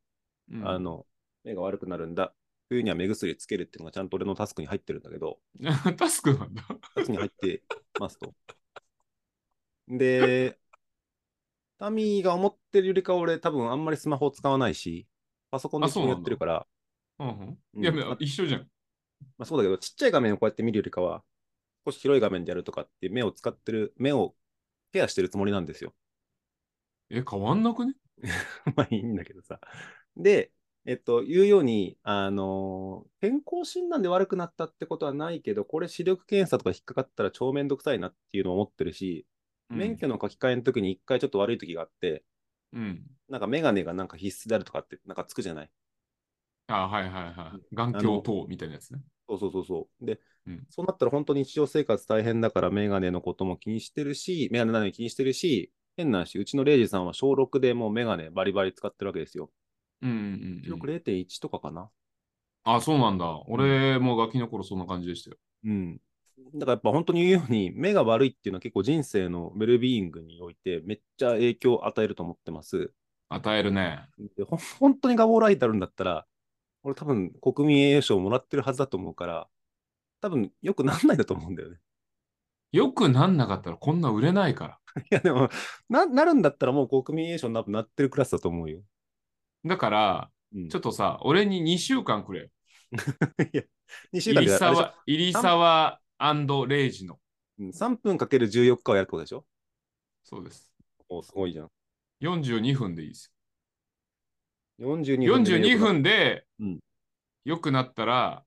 A: うん
C: あの、目が悪くなるんだ。冬には目薬つけるっていうのがちゃんと俺のタスクに入ってるんだけど、
A: タスクなんだ
C: タスクに入ってますと。で、タミーが思ってるよりか俺多分あんまりスマホを使わないし、パソコンで
A: あ
C: 一緒
A: そう
C: に
A: な
C: や
A: んだ
C: ってるから、
A: うんう、
C: うんん
A: いや、
C: ま
A: 一緒じゃん。
C: まあそうだけど、ちっちゃい画面をこうやって見るよりかは、少し広い画面でやるとかって目を使ってる、目をケアしてるつもりなんですよ。
A: え、変わんなくね
C: まあいいんだけどさ。で、えっと、言うように、あのー健康診断で悪くなったってことはないけど、これ視力検査とか引っかかったら超めんどくさいなっていうのを思ってるし、免許の書き換えの時に一回ちょっと悪い時があって、
A: うん。うん。
C: なんかメガネがなんか必須であるとかってなんかつくじゃない。
A: あ、はいはいはい。眼
C: あ
A: 鏡
C: の
A: 等みたいなやつね。
C: そうそうそうそう。で、
A: うん
C: そうなったら本当に日常生活大変だから、メガネのことも気にしてるし、メガネなのに気にしてるし、変な話、うちのレイジさんは小6でもうメガネバリバリ使ってるわけですよ。
A: うんうんうんうん。
C: 記録0.1とかかな、
A: あ、そうなんだ。俺もガキの頃そんな感じでしたよ。
C: うん。だからやっぱ本当に言うように、目が悪いっていうのは結構人生のウェルビーイングにおいて、めっちゃ影響を与えると思ってます。
A: 与えるね。
C: でほん 本当にガボーライターあるんだったら、俺多分国民栄誉賞もらってるはずだと思うから、多分よくなんないんだと思うんだよね。
A: よくなんなかったらこんな売れないから。
C: いやでも、ななるんだったらもう国民栄誉賞にななってるクラスだと思うよ。
A: だから、
C: うん、
A: ちょっとさ、俺に2週間くれ。
C: いや、2週
A: 入
C: 間であれでしょ
A: 沢、入沢レイジの。
C: うん3分かける14日はやるってことでしょ
A: そうです。
C: おすごいじゃん。
A: 42分でいいです
C: 42
A: よ。
C: 分でね
A: 42分で
C: うん
A: 良くなったら、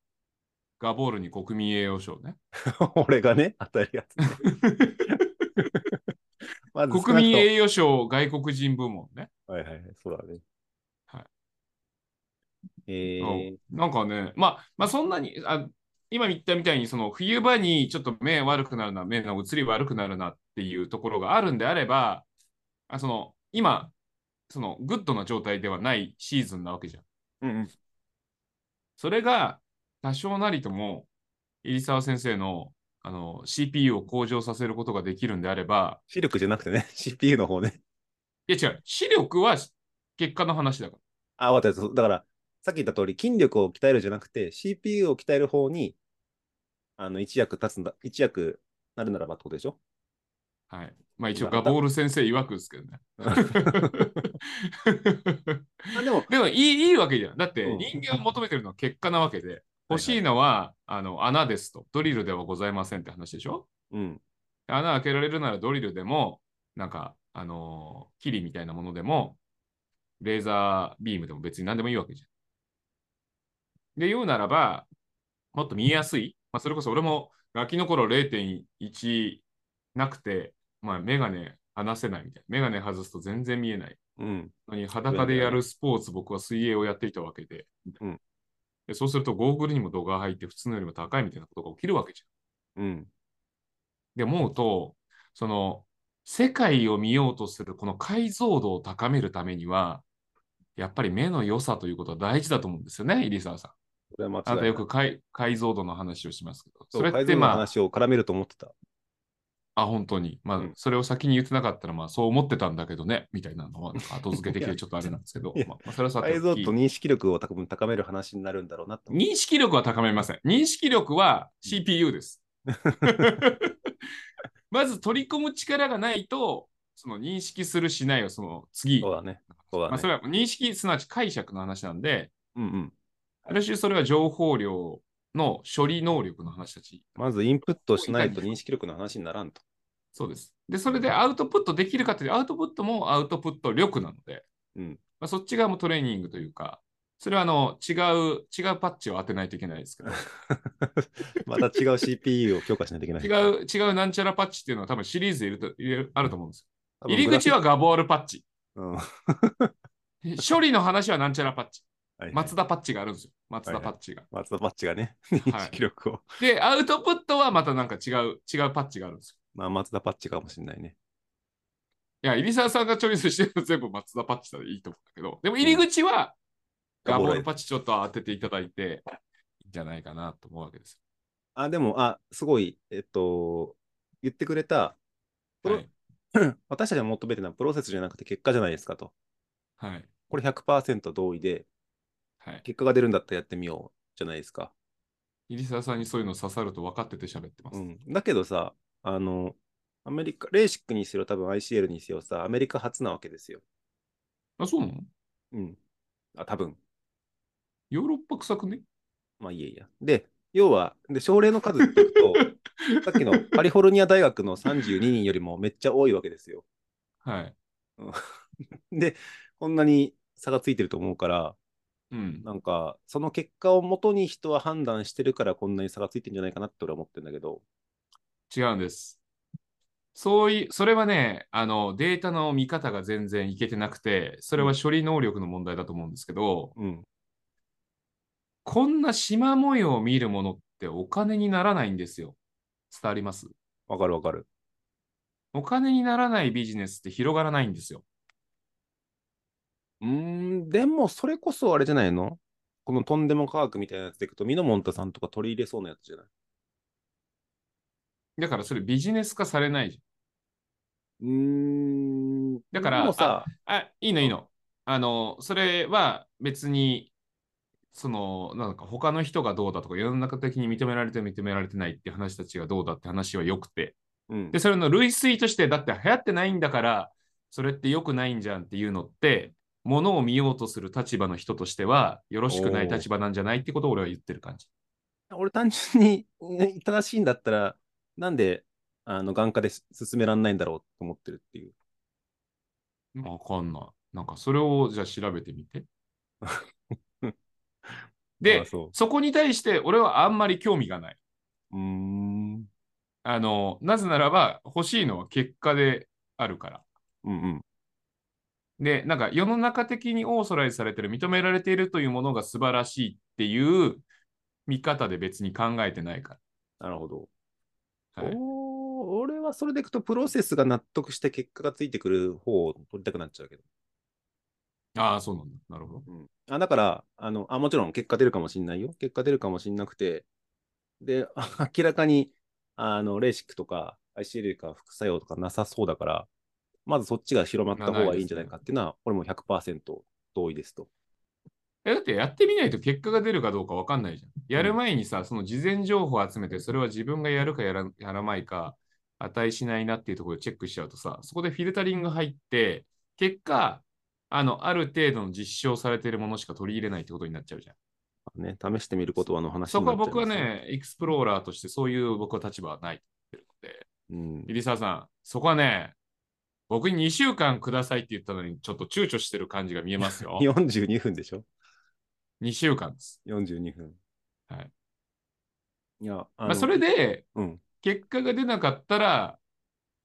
A: ガボールに国民栄誉賞ね。
C: 俺がね、与えるや つ。まず少なくとも
A: 国民栄誉賞外国人部門ね。
C: はいはいはい、そうだね。
A: はい。
C: えー、
A: なんかね、まあ、まあ、そんなに、あ今言ったみたいに、その冬場にちょっと目悪くなるな、目の移り悪くなるなっていうところがあるんであれば、あその今、そのグッドな状態ではないシーズンなわけじゃん。
C: うんうん。
A: それが多少なりとも入澤先生のあの CPU を向上させることができるんであれば、
C: 視力じゃなくてね、CPU の方ね。
A: いや違う、視力は結果の話だから。
C: あ、わかった。そうだから、さっき言った通り、筋力を鍛えるじゃなくて、CPU を鍛える方に、あの、一役立つんだ、一役なるならばってことでしょ
A: はい。まあ一応ガボール先生曰くですけどね。
C: あでも、
A: でもいいいいわけじゃん。だって
C: うん
A: 人間を求めてるのは結果なわけで、
C: い
A: 欲しいのはあの穴ですと、ドリルではございませんって話でしょ
C: うん。
A: 穴開けられるならドリルでも、なんか、あのー、キリみたいなものでも、レーザービームでも別に何でもいいわけじゃん。で、言うならば、もっと見えやすい。まあ、それこそ俺も、ガキの頃0.1なくて、まあ、メガネ離せないみたいな。メガネ外すと全然見えない。
C: うん。
A: のに裸でやるスポーツ、僕は水泳をやっていたわけで、
C: うん。
A: でそうするとゴーグルにも度が入って普通のよりも高いみたいなことが起きるわけじゃん。
C: うん。
A: で思うと、その世界を見ようとするこの解像度を高めるためには、やっぱり目の良さということは大事だと思うんですよね、入澤さん。
C: これは間違い
A: あ
C: ない。
A: なたよく解解像度の話をしますけど、
C: そ
A: そうれっ
C: 改
A: て
C: 造の
A: ま
C: 話を絡めると思ってた。
A: あ、あ、本当に、まあ
C: うん、
A: それを先に言ってなかったら、まあ、そう思ってたんだけどね、みたいなのは、なんか後付けでき
C: い
A: て
C: や
A: ちょっとあれなんですけど
C: いや、
A: まあまあ、それはさて
C: 解
A: お
C: 像
A: き
C: と認識力を多分高める話になるんだろうなと。
A: 認識力は高めません。認識力は CPU です。まず取り込む力がないと、その認識するしないをその次、
C: そうだね。そうだ
A: まあ、
C: ね。
A: それは認識、すなわち解釈の話なんで、
C: うんうん。
A: ある種それは情報量の処理能力の話たち。
C: まずインプットしないと認識力の話になら んと。
A: そうです。で、それでアウトプットできるかというとアウトプットもアウトプット力なので、
C: うん
A: まあ、そっち側もトレーニングというか、それはあの違う、違うパッチを当てないといけないですけど、
C: また違う CPU を強化しないといけない。
A: 違う、違うなんちゃらパッチっていうのは多分シリーズでいるといるあると思うんです
C: 多
A: よ。
C: 分
A: 入り口はガボールパッチ。
C: グラフ、うん
A: 処理の話はなんちゃらパッチ。
C: はいはい
A: 松田パッチがあるんですよ。松田パッチが。
C: 松田パッチがね、認識力を。
A: で、アウトプットはまたなんか違う、違うパッチがあるんですよ。
C: まあ、松田パッチかもしれないね。
A: いや、入澤さんがチョイスしてるの全部松田パッチだでいいと思うんだけど、でも入り口は
C: うん
A: ガボールパッチちょっと当てていただいて、いいんじゃないかなと思うわけです
C: あ、でも、あ、すごい、えっと、言ってくれた、
A: よ。はい。
C: 私たちが求めてるのはプロセスじゃなくて結果じゃないですかと。
A: はい。
C: これ100%同意で、
A: はい。
C: 結果が出るんだったらやってみようじゃないですか。
A: 入澤さんにそういうの刺さると分かってて喋ってます。
C: うん、だけどさ、あの、アメリカ、レーシックにせよ、多分 ICL にせよさ、アメリカ初なわけですよ。
A: あ、そうなの
C: うん。あ、多分。
A: ヨーロッパ臭くね
C: まあ、いえいや。で、要は、で、症例の数っていく と、さっきのカリフォルニア大学の32人よりもめっちゃ多いわけですよ。
A: はい。
C: で、こんなに差がついてると思うから、
A: うん。
C: なんか、その結果をもとに人は判断してるから、こんなに差がついてんじゃないかなって俺は思ってるんだけど、
A: 違うんです。そういう、それはね、あの、データの見方が全然いけてなくて、それは処理能力の問題だと思うんですけど、
C: うん。
A: こんな縞模様を見るものってお金にならないんですよ。伝わります
C: わかるわかる。
A: お金にならないビジネスって広がらないんですよ。
C: うーん、でも、それこそあれじゃないのこのとんでも科学みたいなやつでいくと、ミノモンタさんとか取り入れそうなやつじゃない
A: だからそれビジネス化されないじ
C: うーん。
A: だから
C: でもさ、
A: ゃん。あ、いいのいいの。あの、それは別に、その、なんか他の人がどうだとか、世の中的に認められて認められてないって話たちがどうだって話はよくて。
C: うん
A: で、それの類推として、だって流行ってないんだから、それって良くないんじゃんっていうのって、ものを見ようとする立場の人としては、よろしくない立場なんじゃないってことを俺は言ってる感じ。
C: 俺単純にね正しいんだったら、なんで、あの、眼科で進めらんないんだろうと思ってるっていう。。
A: わかんない。なんかそれをじゃあ調べてみてで
C: あ、そ
A: そこに対して俺はあんまり興味がない。
C: う。うーん。うん
A: あの、なぜならば欲しいのは結果であるから。
C: うん。
A: で、なんか世の中的にオーソライズされてる、認められているというものが素晴らしいっていう見方で別に考えてないか
C: なるほど。
A: ら。はい、
C: おー俺はそれでいくと、プロセスが納得して結果がついてくる方を取りたくなっちゃうけど。
A: ああ、そうなんだ。なるほど。
C: うんあだからあのあ、もちろん結果出るかもしんないよ。結果出るかもしんなくて、で、 あ明らかにあのレーシックとか ICL か副作用とかなさそうだから、まずそっちが広まった方がいいんじゃないかっていうのは、これも100%同意ですと。
A: え、だってやってみないと結果が出るかどうか分かんないじゃん。やる前にさ、その事前情報を集めて、それは自分がやるかやらやらないか、値しないなっていうところでチェックしちゃうとさ、そこでフィルタリング入って、結果、あの、ある程度の実証されているものしか取り入れないってことになっちゃうじゃん。
C: ね、試してみることはの話
A: そ
C: に
A: こ
C: な
A: は
C: っちゃいます
A: 僕は、ね、エクスプローラーとしてそういう僕は立場はないって言ってるので、
C: うん。
A: 入澤さん、そこはね、僕に2週間くださいって言ったのに、ちょっと躊躇してる感じが見えますよ
C: 42分でしょ
A: 2週間です。
C: ?42 分。
A: はい。
C: いや、あ
A: まあ、
C: の
A: それ、で、
C: うん、
A: 結果が出なかったら、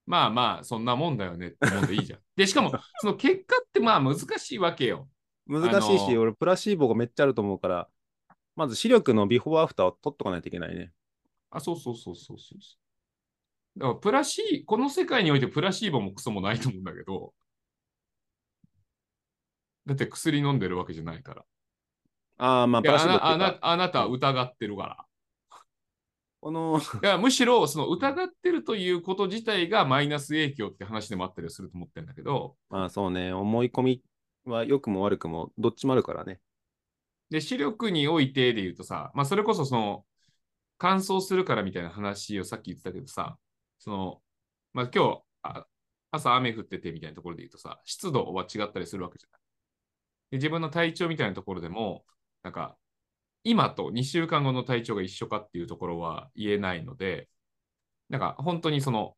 A: まあまあ、そんなもんだよねってもんでいいじゃん。で、し かも、その結果ってまあ難しいわけよ。
C: 難しいし、
A: あの
C: 俺、プラシーボがめっちゃあると思うから、まず視力のビフォーアフターを取っとかないといけないね。
A: あ、そうそうそうそうそうそう。だから、プラシー、この世界においてプラシーボもクソもないと思うんだけど、だって薬飲んでるわけじゃないから。
C: ああ、まあ、
A: い
C: プラ
A: や
C: シ
A: あ
C: ーボって
A: なあ
C: いうか
A: な、あなたは疑ってるから。
C: この、
A: いやむしろ、その疑ってるということ自体がマイナス影響って話でもあったりすると思ってるんだけど、
C: まあそうね、思い込みは良くも悪くも、どっちもあるからね。
A: で、視力においてで言うとさ、まあ、それこそその、乾燥するからみたいな話をさっき言ってたけどさ、その、まあ、今日、あ朝雨降っててみたいなところで言うとさ、湿度は違ったりするわけじゃない。で、自分の体調みたいなところでも、なんか、今と2週間後の体調が一緒かっていうところは言えないので、なんか本当にその、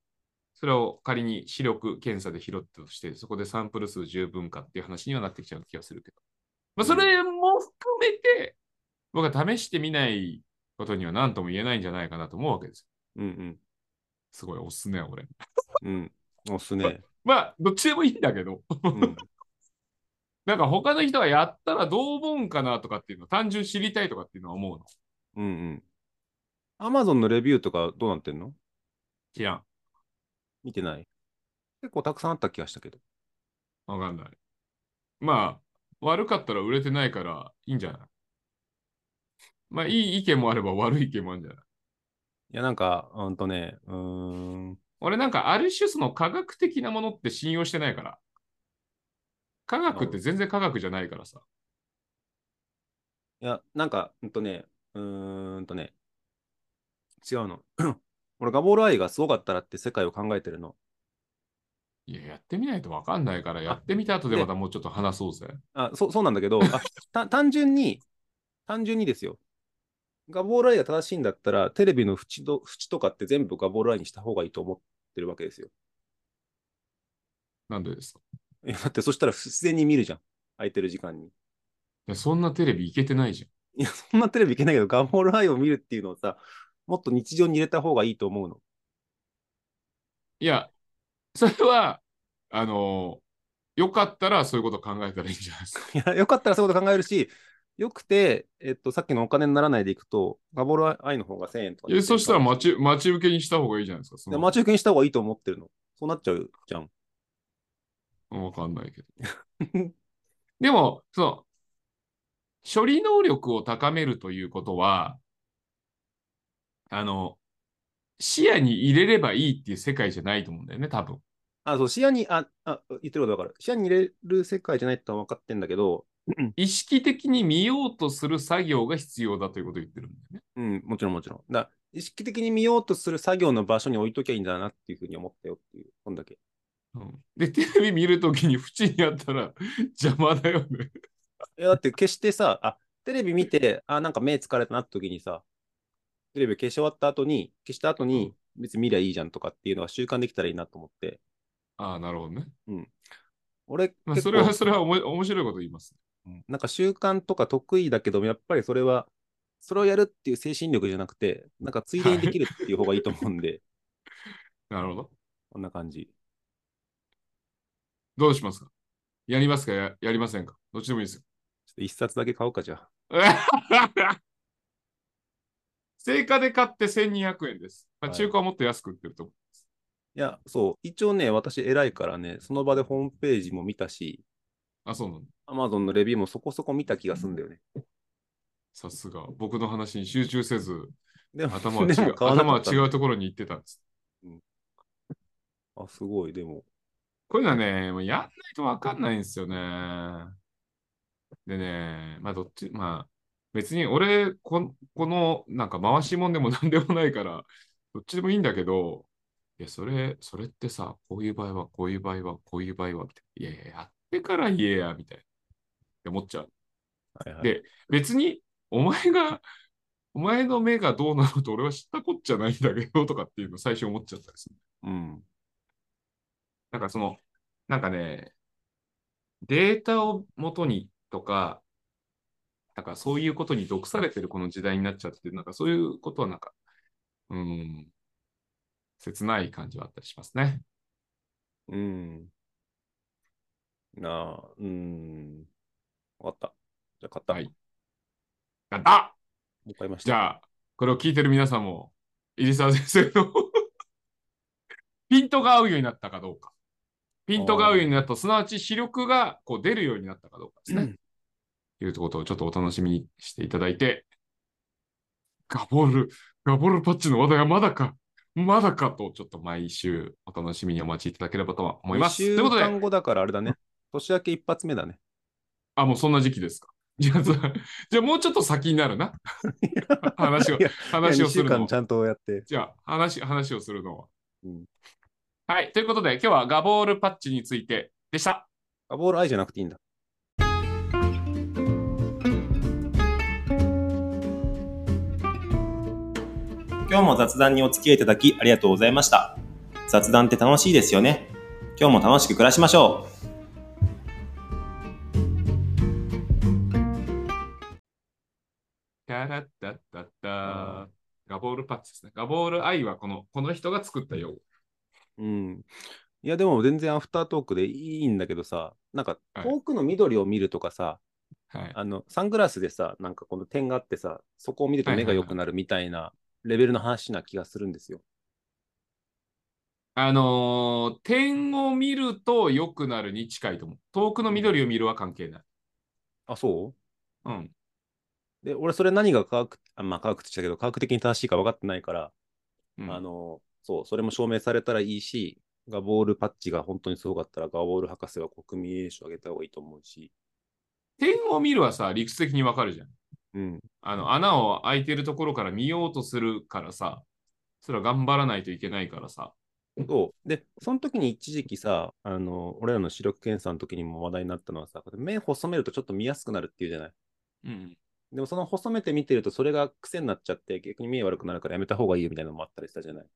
A: それを仮に視力検査で拾ったとして、そこでサンプル数十分かっていう話にはなってきちゃう気がするけど。まあ、それも含めて、僕は試してみないことには何とも言えないんじゃないかなと思うわけですよ。
C: うん
A: すごいおすすめ、俺。
C: うん。うん。おすすね。
A: まあ、どっちでもいいんだけど、
C: うん、
A: なんか他の人がやったらどう思うんかなとかっていうの、単純に知りたいとかっていうのは思うの。
C: うんうん。アマゾンのレビューとかどうなってんの
A: 知らん。
C: 見てない。結構たくさんあった気がしたけど。
A: わかんない。まあ、悪かったら売れてないからいいんじゃないまあ、いい意見もあれば悪い意見もあるんじゃない
C: いや、なんか、うんとね、うーん。
A: 俺なんかある種その科学的なものって信用してないから。科学って全然科学じゃないからさ。
C: いや、なんか、うんとね、うーんとね、違うの。 俺、ガボール愛がすごかったらって世界を考えてるの。
A: いや、やってみないと分かんないから、やってみた後でまたもうちょっと話そうぜ。
C: あ、そう、そうなんだけど、あ、た、単純に、単純にですよ。ガボールアイが正しいんだったら、テレビの縁と、縁とかって全部ガボールアイにした方がいいと思ってるわけですよ。
A: なんでですか
C: いやだってそしたら不自然に見るじゃん。空いてる時間に。
A: いやそんなテレビいけてないじ
C: いや、そんなテレビいけないけど、ガボールアイを見るっていうのをさ、もっと日常に入れた方がいいと思うの。
A: ゃん。いや、それは、あのよかったらそういうこと考えたらいいんじゃないですか。
C: いや、よかったらそういうこと考えるし、よくて、えっと、さっきのお金にならないでいくと、ガボールアイの方が1000円とか
A: いやそしたら
C: 待
A: 待
C: ち
A: ち待ち受けにした方がいいじゃないですか。その
C: 待ち受けにした方がいいと思ってるの。そうなっちゃう じゃん。
A: わかんないけど。でも、その、処理能力を高めるということは、あの、視野に入れればいいっていう世界じゃないと思うんだよね、多分。
C: あ、そう、視野に、あ、あ、言ってることわかる。視野に入れる世界じゃないってのは分かってんだけど、
A: 意識的に見ようとする作業が必要だということを言ってるんだよね。
C: うん、もちろんもちろん。だ意識的に見ようとする作業の場所に置いときゃいいんだなっていうふうに思ったよっていう、こんだけ。
A: うん、で、テレビ見るときに縁にあったら邪魔だよね。
C: いや、だって決してさ、あ、テレビ見て、あ、なんか目疲れたなって時にさ、テレビ消し終わった後に、消した後に、別に見りゃいいじゃんとかっていうのが習慣できたらいいなと思って。
A: ああ、なるほどね。
C: 俺、
A: まあ、
C: 結
A: それは、
C: 構
A: それはおも面白いこと言いますね。
C: うんなんか習慣とか得意だけども、やっぱりそれは、それをやるっていう精神力じゃなくて、なんかついでにできるっていう方がいいと思うんで、
A: なるほど。
C: こんな感じ。
A: どうしますかやりますかややりませんかどっちでもいいですよ。
C: ちょっと一冊だけ買おうか、じゃあ。
A: 成果で買って1200円です。まあ、
C: はい
A: 中古はもっと安く売ってると思う。
C: いや、そう、一応ね、私偉いからね、その場でホームページも見たし、
A: あ、そうなの。
C: Amazon のレビューもそこそこ見た気がするんだよね。
A: さすが。僕の話に集中せず、
C: でも、
A: 頭は 違
C: でも
A: う。
C: 買わな
A: 頭
C: か
A: は
C: った
A: 違うところに行ってたんです。
C: あ、すごい、でも。
A: こういうのはね、もうやんないとわかんないんですよね。でね、まあどっち、まあ別に俺こ、このなんか回しもんでも なんでもないから、どっちでもいいんだけど、いや、それ、それってさ、こういう場合は、こういう場合は、こういう場合は、みたいな。いやいや、やってから言えや、みたいな。って思っちゃう。
C: はいはい
A: で別に、お前が、お前の目がどうなると俺は知ったこっちゃないんだけど、とかっていうの最初思っちゃったりする。
C: うん。
A: なんかその、なんかね、データを元にとか、なんかそういうことに毒されてるこの時代になっちゃって、なんかそういうことはなんか、うん、切ない感じはあったりしますね。
C: うん。なあ、うん。わかった。じゃあ買った。
A: はい
C: も
A: ああ
C: う買いました。
A: じゃあ、これを聞いてる皆さんも、入澤先生の ピントが合うようになったかどうか。ピントが合うようになった、すなわち視力がこう出るようになったかどうかですね。いうことをちょっとお楽しみにしていただいて、ガボール、ガボールパッチの話題はまだか、まだかと、ちょっと毎週お楽しみにお待ちいただければとは思います。と
C: 2
A: いう
C: 週
A: こと
C: 間
A: で、
C: 後だからあれだね。年明け一発目だね。
A: あ、もうそんな時期ですか。 じゃあ、そうじゃあもうちょっと先にな るな。話を
C: いや、
A: 話をする
C: 2週
A: の
C: 間ち
A: は。
C: ゃんとやって。
A: じゃあ、話、話をするのは。
C: うん。
A: はい。ということで、今日はガボールパッチについてでした。
C: あ、ボール愛じゃなくていいんだ。今日も雑談にお付き合いいただきありがとうございました。雑談って楽しいですよね。今日も楽しく暮らしましょう。
A: タラッタッタッ
C: あ
A: タガボールパッチですね。ガボール愛はこの、この人が作った用語。
C: うん。いや、でも全然アフタートークでいいんだけどさ、なんか
A: はい
C: 遠くの緑を見るとかさ、
A: はい。
C: あの、サングラスでさ、なんかこの点があってさ、そこを見ると
A: はい
C: 目
A: はいは
C: が
A: い
C: 良くなるみたいなレベルの話な気がするんですよ。
A: あのー点を見ると良くなるに近いと思う。遠くの緑を見るは関係ない。
C: あ、そ
A: うん。
C: うで、俺それ何が科学、あまあ科学って言ったけど、科学的に正しいか分かってないから、
A: うん
C: あの、そう、それも証明されたらいいし、ガボールパッチが本当にすごかったら、ガボール博士は国民栄誉賞あげた方がいいと思うし、
A: 点を見るはさ、理屈的にわかるじゃん。
C: うん、
A: あの、穴を開いてるところから見ようとするからさ、それは頑張らないといけないからさ。
C: そう。で、その時に一時期さ、あの、俺らの視力検査の時にも話題になったのはさ、目細めるとちょっと見やすくなるっていうじゃない。
A: うん。
C: でもその細めて見てるとそれが癖になっちゃって逆に目悪くなるからやめた方がいいよみたいなのもあったりしたじゃない。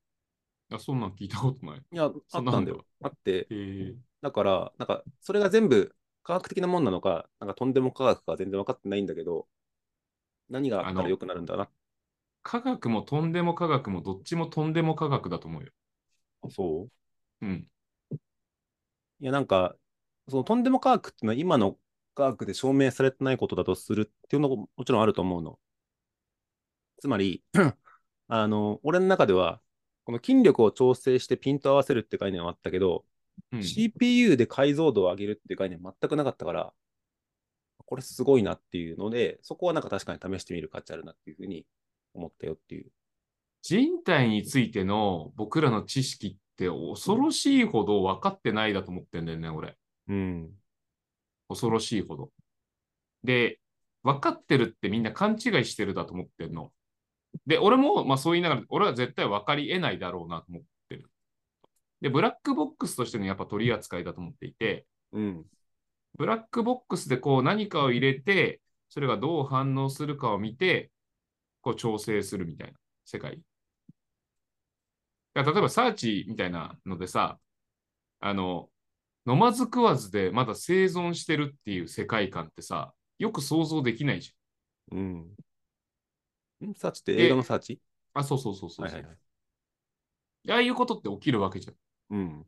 A: あそんなん聞いたことない。
C: いや、あ
A: そ
C: っ
A: んな
C: た
A: の
C: んだよ。あって、
A: えー、
C: だから、なんかそれが全部科学的なもんなのか、なんかとんでも科学か全然分かってないんだけど、何があった
A: あ
C: ら
A: の
C: 良くなるんだな。
A: 科学もとんでも科学もどっちもとんでも科学だと思うよ。
C: そう
A: うん。
C: いや、なんか、そのとんでも科学っていうのは今の科学で証明されてないことだとするっていうのももちろんあると思うの。つまり、 あの、俺の中では、この筋力を調整してピントを合わせるって概念はあったけど、
A: うん、
C: CPU で解像度を上げるっていう概念全くなかったから、これすごいなっていうので、そこはなんか確かに試してみる価値あるなっていうふうに思ったよっていう。
A: 人体についての僕らの知識って恐ろしいほど分かってないだと思ってんだよね、俺。
C: うん。
A: 恐ろしいほど。で、分かってるってみんな勘違いしてるだと思ってんの。で、俺も、まあそう言いながら、俺は絶対分かり得ないだろうなと思ってる。で、ブラックボックスとしてのやっぱ取り扱いだと思っていて、
C: うん。
A: ブラックボックスでこう何かを入れて、それがどう反応するかを見て、こう調整するみたいな世界。だから例えばサーチみたいなのでさ、あの、飲まず食わずでまだ生存してるっていう世界観ってさ、よく想像できないじ
C: うん。んサーチって映画のサーチ
A: ゃん。あ、そうそうそうそう
C: はい
A: そう、
C: はいはい。
A: でああいうことって起きるわけじゃん。
C: うん。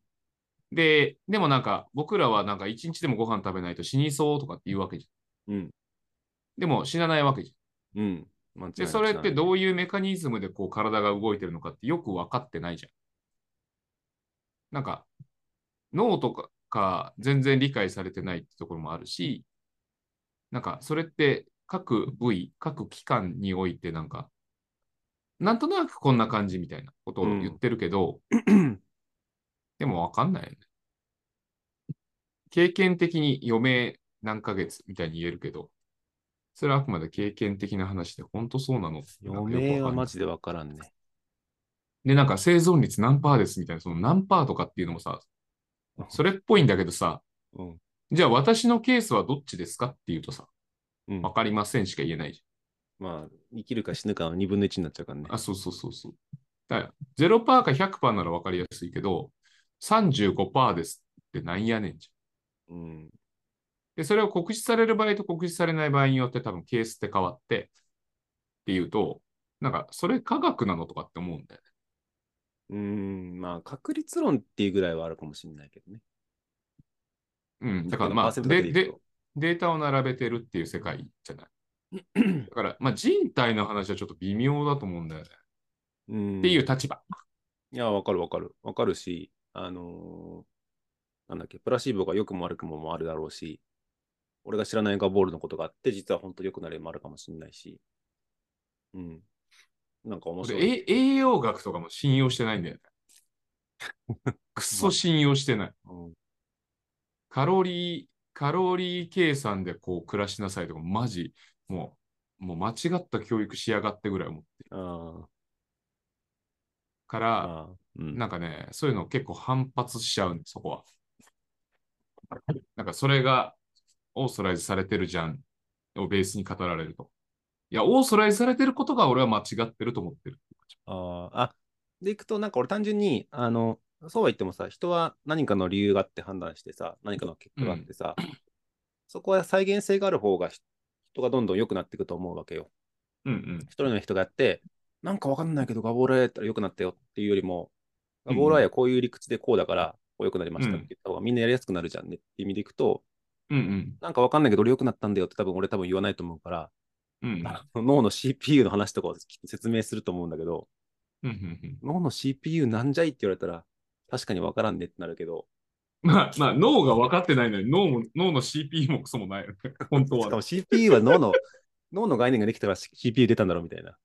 A: で、でもなんか僕らはなんか一日でもご飯食べないと死にそうとかって言うわけじゃん。
C: うん
A: でも死なないわけじゃん。
C: うん。間違いな
A: で、
C: く
A: それって
C: 違う
A: どういうメカニズムでこう体が動いてるのかってよく分かってないじゃん。なんか、脳とかか全然理解されてないってところもあるし、なんか、それって各部位、各器官においてなんか、なんとなくこんな感じみたいなことを言ってるけど、でも分かんないよね。経験的に余命何ヶ月みたいに言えるけど、それはあくまで経験的な話で、本当そうなのなんか
C: 余
A: よくわかんない
C: 命はマジでわからんね。
A: で、なんか生存率何パーですみたいな、その何パーとかっていうのもさ、それっぽいんだけどさ、
C: うん。
A: じゃあ私のケースはどっちですかっていうとさ、
C: うん。
A: わかりませんしか言えないじ
C: まあ、生きるか死ぬかの2分の1になっちゃうからね
A: ゃん。。あ、そうそうそうそう。だから0パーか100パーならわかりやすいけど、35パーですってなんやねんじゃん。
C: うん。
A: で、それを告知される場合と告知されない場合によって多分ケースって変わってっていうと、なんかそれ科学なのとかって思うんだよね。
C: うん。まあ、確率論っていうぐらいはあるかもしれないけどね。
A: うん。だからまあ、
C: 100%だけ
A: で、
C: いく
A: で
C: と、
A: データを並べてるっていう世界じゃ ない。だから、まあ、人体の話はちょっと微妙だと思うんだよね。
C: うん
A: っていう立場。
C: いや、わかるわかる。わかるし、あのーなんだっけ、プラシーボが良くも悪くももあるだろうし、俺が知らないガボールのことがあって、実は本当に良くなるもあるかもしれないし、うん。なんか面白い。
A: え栄養学とかも信用してない んだよね。くっそ信用してない。
C: うん
A: カロリー、カロリー計算でこう暮らしなさいとか、マジ、もう、もう間違った教育しやがってぐらい思ってる
C: あ
A: か
C: あ、
A: ら、
C: ああ、うん。
A: なんかね、そういうの結構反発しちゃうんで、そこは。なんかそれがオーソライズされてるじゃんをベースに語られると。いや、オーソライズされてることが俺は間違ってると思ってる。
C: ああ、あ、でいくと、なんか俺単純に、あの、そうは言ってもさ、人は何かの理由があって判断してさ、何かの結果があってさ、そこは再現性がある方が人がどんどん良くなっていくと思うわけよ。
A: うんうん。
C: 一人の人がやって、なんかわかんないけど、ガボーラやったら良くなったよっていうよりも、ガボーラやこういう理屈でこうだから、こう良くなりましたって言った方がみんなやりやすくなるじゃんねって意味でいくと、
A: うんうん。
C: なんかわかんないけど、俺良くなったんだよって多分俺多分言わないと思うから、
A: うん
C: あの脳の CPU の話とかをきっと説明すると思うんだけど、
A: うんうんうん
C: 脳の CPU なんじゃいって言われたら、確かにわからんねってなるけど、
A: まあ、まあ、脳が分かってないのに脳も、脳の CPU もクソもないよね。本当
C: しかも
A: は。
C: CPU は脳の、脳の概念ができたら CPU 出たんだろうみたいな。